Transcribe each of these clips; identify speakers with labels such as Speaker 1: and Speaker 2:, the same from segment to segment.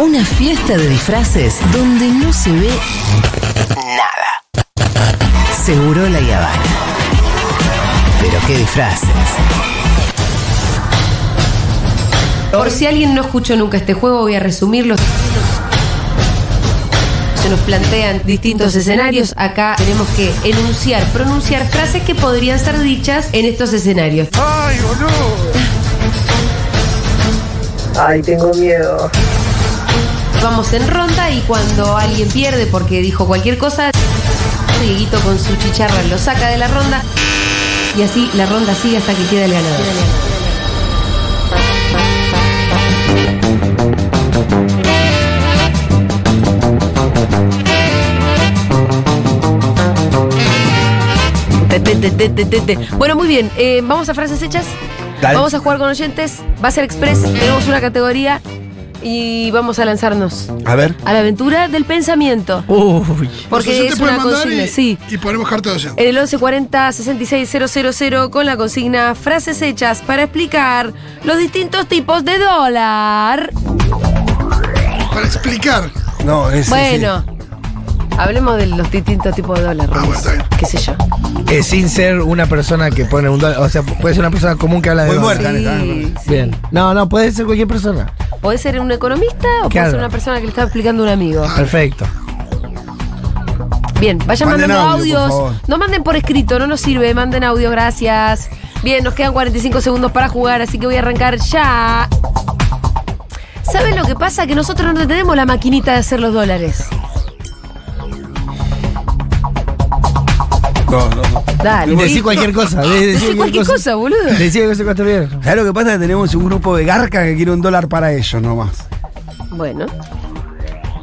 Speaker 1: Una fiesta de disfraces donde no se ve nada. Seguro la Habana. Pero qué disfraces.
Speaker 2: Por si alguien no escuchó nunca este juego, voy a resumirlo. Se nos plantean distintos escenarios. Acá tenemos que enunciar, pronunciar frases que podrían ser dichas en estos escenarios.
Speaker 3: ¡Ay, boludo!
Speaker 4: Ay, tengo miedo.
Speaker 2: Vamos en ronda y cuando alguien pierde porque dijo cualquier cosa, Dieguito con su chicharra lo saca de la ronda y así la ronda sigue hasta que queda el ganador. Te, te, te, te, te, te, te. Bueno, muy bien. eh, vamos a frases hechas.
Speaker 5: Dale.
Speaker 2: Vamos a jugar con oyentes. Va a ser express. Tenemos una categoría y vamos a lanzarnos
Speaker 5: A ver.
Speaker 2: a la aventura del pensamiento.
Speaker 5: Uy.
Speaker 2: Porque es
Speaker 3: Entonces, yo te puedo
Speaker 2: una
Speaker 3: mandar
Speaker 2: consigna,
Speaker 3: y,
Speaker 2: sí.
Speaker 3: Y ponemos carta de
Speaker 2: En
Speaker 3: oyente.
Speaker 2: el 1140-66000 con la consigna frases hechas para explicar los distintos tipos de dólar.
Speaker 3: Para explicar.
Speaker 5: No, es.
Speaker 2: bueno, hablemos de los distintos tipos de dólar.
Speaker 3: Ah, bueno,
Speaker 2: Rubén.
Speaker 3: está bien.
Speaker 2: Qué sé yo.
Speaker 6: Eh, sin ser una persona que pone un dólar. O sea, puede ser una persona común que habla de
Speaker 5: Muy
Speaker 6: dólares.
Speaker 5: muerta, neta.
Speaker 2: Sí, sí.
Speaker 6: Bien. No, no, puede ser cualquier persona.
Speaker 2: ¿Podés ser un economista o puede
Speaker 6: Claro.
Speaker 2: ser una persona que le está explicando a un amigo?
Speaker 6: Perfecto.
Speaker 2: Bien, vayan
Speaker 5: Manden
Speaker 2: mandando
Speaker 5: audio, por favor.
Speaker 2: audios. No manden por escrito, no nos sirve. Manden audio, gracias. Bien, nos quedan 45 segundos para jugar, así que voy a arrancar ya. ¿Saben lo que pasa? Que nosotros no tenemos la maquinita de hacer los dólares.
Speaker 5: No, no, no.
Speaker 2: Dale.
Speaker 6: Decir cualquier cosa. de- Decir
Speaker 2: Decir cualquier cosa, boludo.
Speaker 6: Decir cualquier cosa bien.
Speaker 5: ¿Sabes lo que pasa? Que tenemos un grupo de garca que quiere un dólar para ellos nomás.
Speaker 2: Bueno,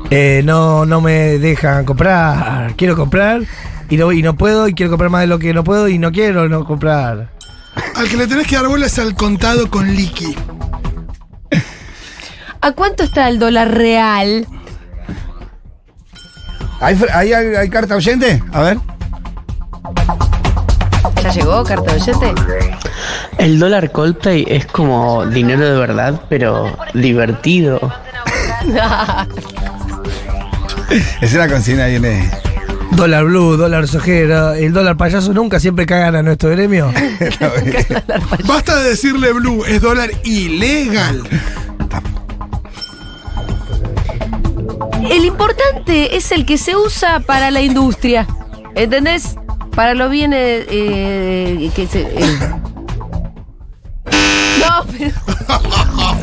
Speaker 6: Eh, no, no me dejan comprar. Quiero comprar y no, y no puedo. Y quiero comprar más de lo que no puedo y no quiero no comprar.
Speaker 3: Al que le tenés que dar bola es al contado con liqui.
Speaker 2: ¿a cuánto está el dólar real?
Speaker 5: ¿Hay, fr- hay, hay- hay carta oyente? A ver.
Speaker 2: ¿Ya llegó, carta de oyente?
Speaker 7: El dólar Coldplay es como dinero de verdad, pero divertido.
Speaker 5: Es una consigna eh. ahí en el-
Speaker 6: Dólar blue, dólar sojera. El dólar payaso nunca siempre cagan a nuestro gremio.
Speaker 3: Basta de decirle blue, es dólar ilegal.
Speaker 2: El importante es el que se usa para la industria. ¿Entendés? Para los bienes eh, que se. eh. No, pero.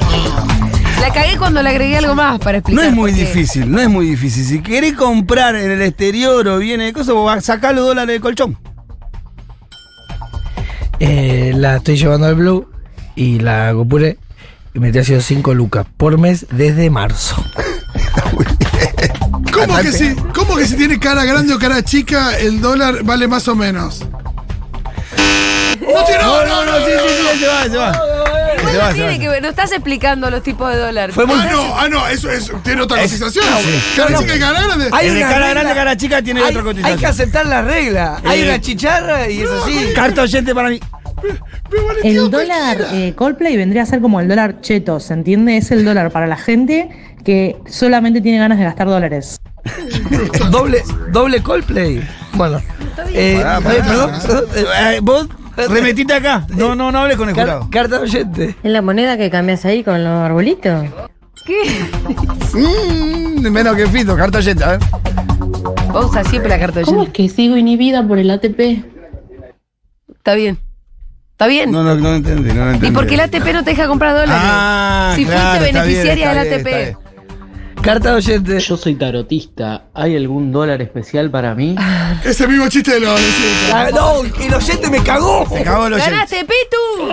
Speaker 2: La cagué cuando le agregué algo más para
Speaker 5: No
Speaker 2: explicar.
Speaker 5: es muy
Speaker 2: porque-
Speaker 5: difícil, no es muy difícil. Si querés comprar en el exterior o viene de cosas, vos vas a sacar los dólares del colchón.
Speaker 6: Eh, la estoy llevando al Blue y la hago puré. Y me te sido 5 lucas por mes desde marzo.
Speaker 3: ¿Cómo que, si, ¿Cómo que si tiene cara grande o cara chica, el dólar vale más o menos? No tiene
Speaker 5: No, no, no, sí, sí, sí, se va, se va.
Speaker 2: Igual
Speaker 5: Se
Speaker 2: no
Speaker 5: va, se
Speaker 2: tiene que
Speaker 5: va.
Speaker 2: ver, no estás explicando los tipos de dólares.
Speaker 5: Fue muy
Speaker 3: Ah, no, ah, no, eso es, tiene otra cotización.
Speaker 5: Ah,
Speaker 3: Cara chica y cara grande.
Speaker 6: Hay
Speaker 5: El de
Speaker 6: una
Speaker 5: cara
Speaker 6: regla-
Speaker 5: grande, cara chica tiene otra cotización.
Speaker 6: aceptar la regla.
Speaker 5: Eh.
Speaker 6: chicharra y es así.
Speaker 5: Carta oyente para mí.
Speaker 3: Pero vale, tío,
Speaker 8: El dólar eh, Coldplay vendría a ser como el dólar cheto, ¿se entiende? Es el dólar para la gente que solamente tiene ganas de gastar dólares.
Speaker 6: Doble, doble Coldplay. Bueno. Eh,
Speaker 5: Pará,
Speaker 6: eh,
Speaker 5: pará.
Speaker 6: perdón, perdón, eh,
Speaker 5: Eh, vos remetiste acá. No, no, no hables con el
Speaker 6: car-
Speaker 5: jurado.
Speaker 6: carta de oyente.
Speaker 9: ¿Es la moneda que cambias ahí con los arbolitos?
Speaker 2: ¿Qué?
Speaker 5: Mm, menos que Fito, carta oyente, a ver.
Speaker 2: Vos usás siempre la carta de
Speaker 10: ¿Cómo es
Speaker 2: oyente.
Speaker 10: que sigo inhibida por el ATP?
Speaker 2: Está bien. Está bien.
Speaker 5: No, no, no entendí, no, no entendí.
Speaker 2: ¿Y por qué el ATP no te deja comprar dólares?
Speaker 5: Ah,
Speaker 2: si
Speaker 5: claro,
Speaker 2: fuiste
Speaker 5: está bien,
Speaker 2: beneficiaria
Speaker 5: está
Speaker 2: del
Speaker 5: bien,
Speaker 2: ATP.
Speaker 5: está bien.
Speaker 6: Carta de oyente.
Speaker 7: Yo soy tarotista. ¿Hay algún dólar especial para mí?
Speaker 3: Ese mismo chiste de los de siempre.
Speaker 6: Ah, no, el oyente me cagó.
Speaker 5: Me cagó el oyente.
Speaker 2: ¡Ganaste, Pitu!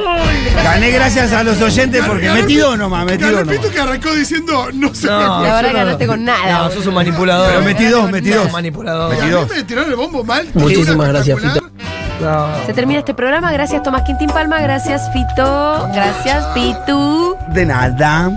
Speaker 5: Gané gracias a los oyentes porque
Speaker 3: Ganó el
Speaker 5: metí
Speaker 3: pi-
Speaker 5: dos nomás, metí
Speaker 3: ganó
Speaker 5: dos
Speaker 3: el pito
Speaker 5: nomás.
Speaker 3: que arrancó diciendo no se me
Speaker 2: La
Speaker 3: acuerda.
Speaker 2: verdad ganaste con nada,
Speaker 6: Ah, No,
Speaker 2: boludo.
Speaker 6: sos un manipulador.
Speaker 5: Pero metí dos, metí dos.
Speaker 6: Manipulador.
Speaker 5: Metí
Speaker 3: A mí
Speaker 5: dos.
Speaker 3: me tiraron el bombo mal.
Speaker 6: Muchísimas
Speaker 3: Una
Speaker 6: gracias,
Speaker 3: espectacular.
Speaker 6: No.
Speaker 2: Se termina este programa. Gracias Tomás Quintín Palma, gracias Fito, gracias Pitu.
Speaker 5: De nada.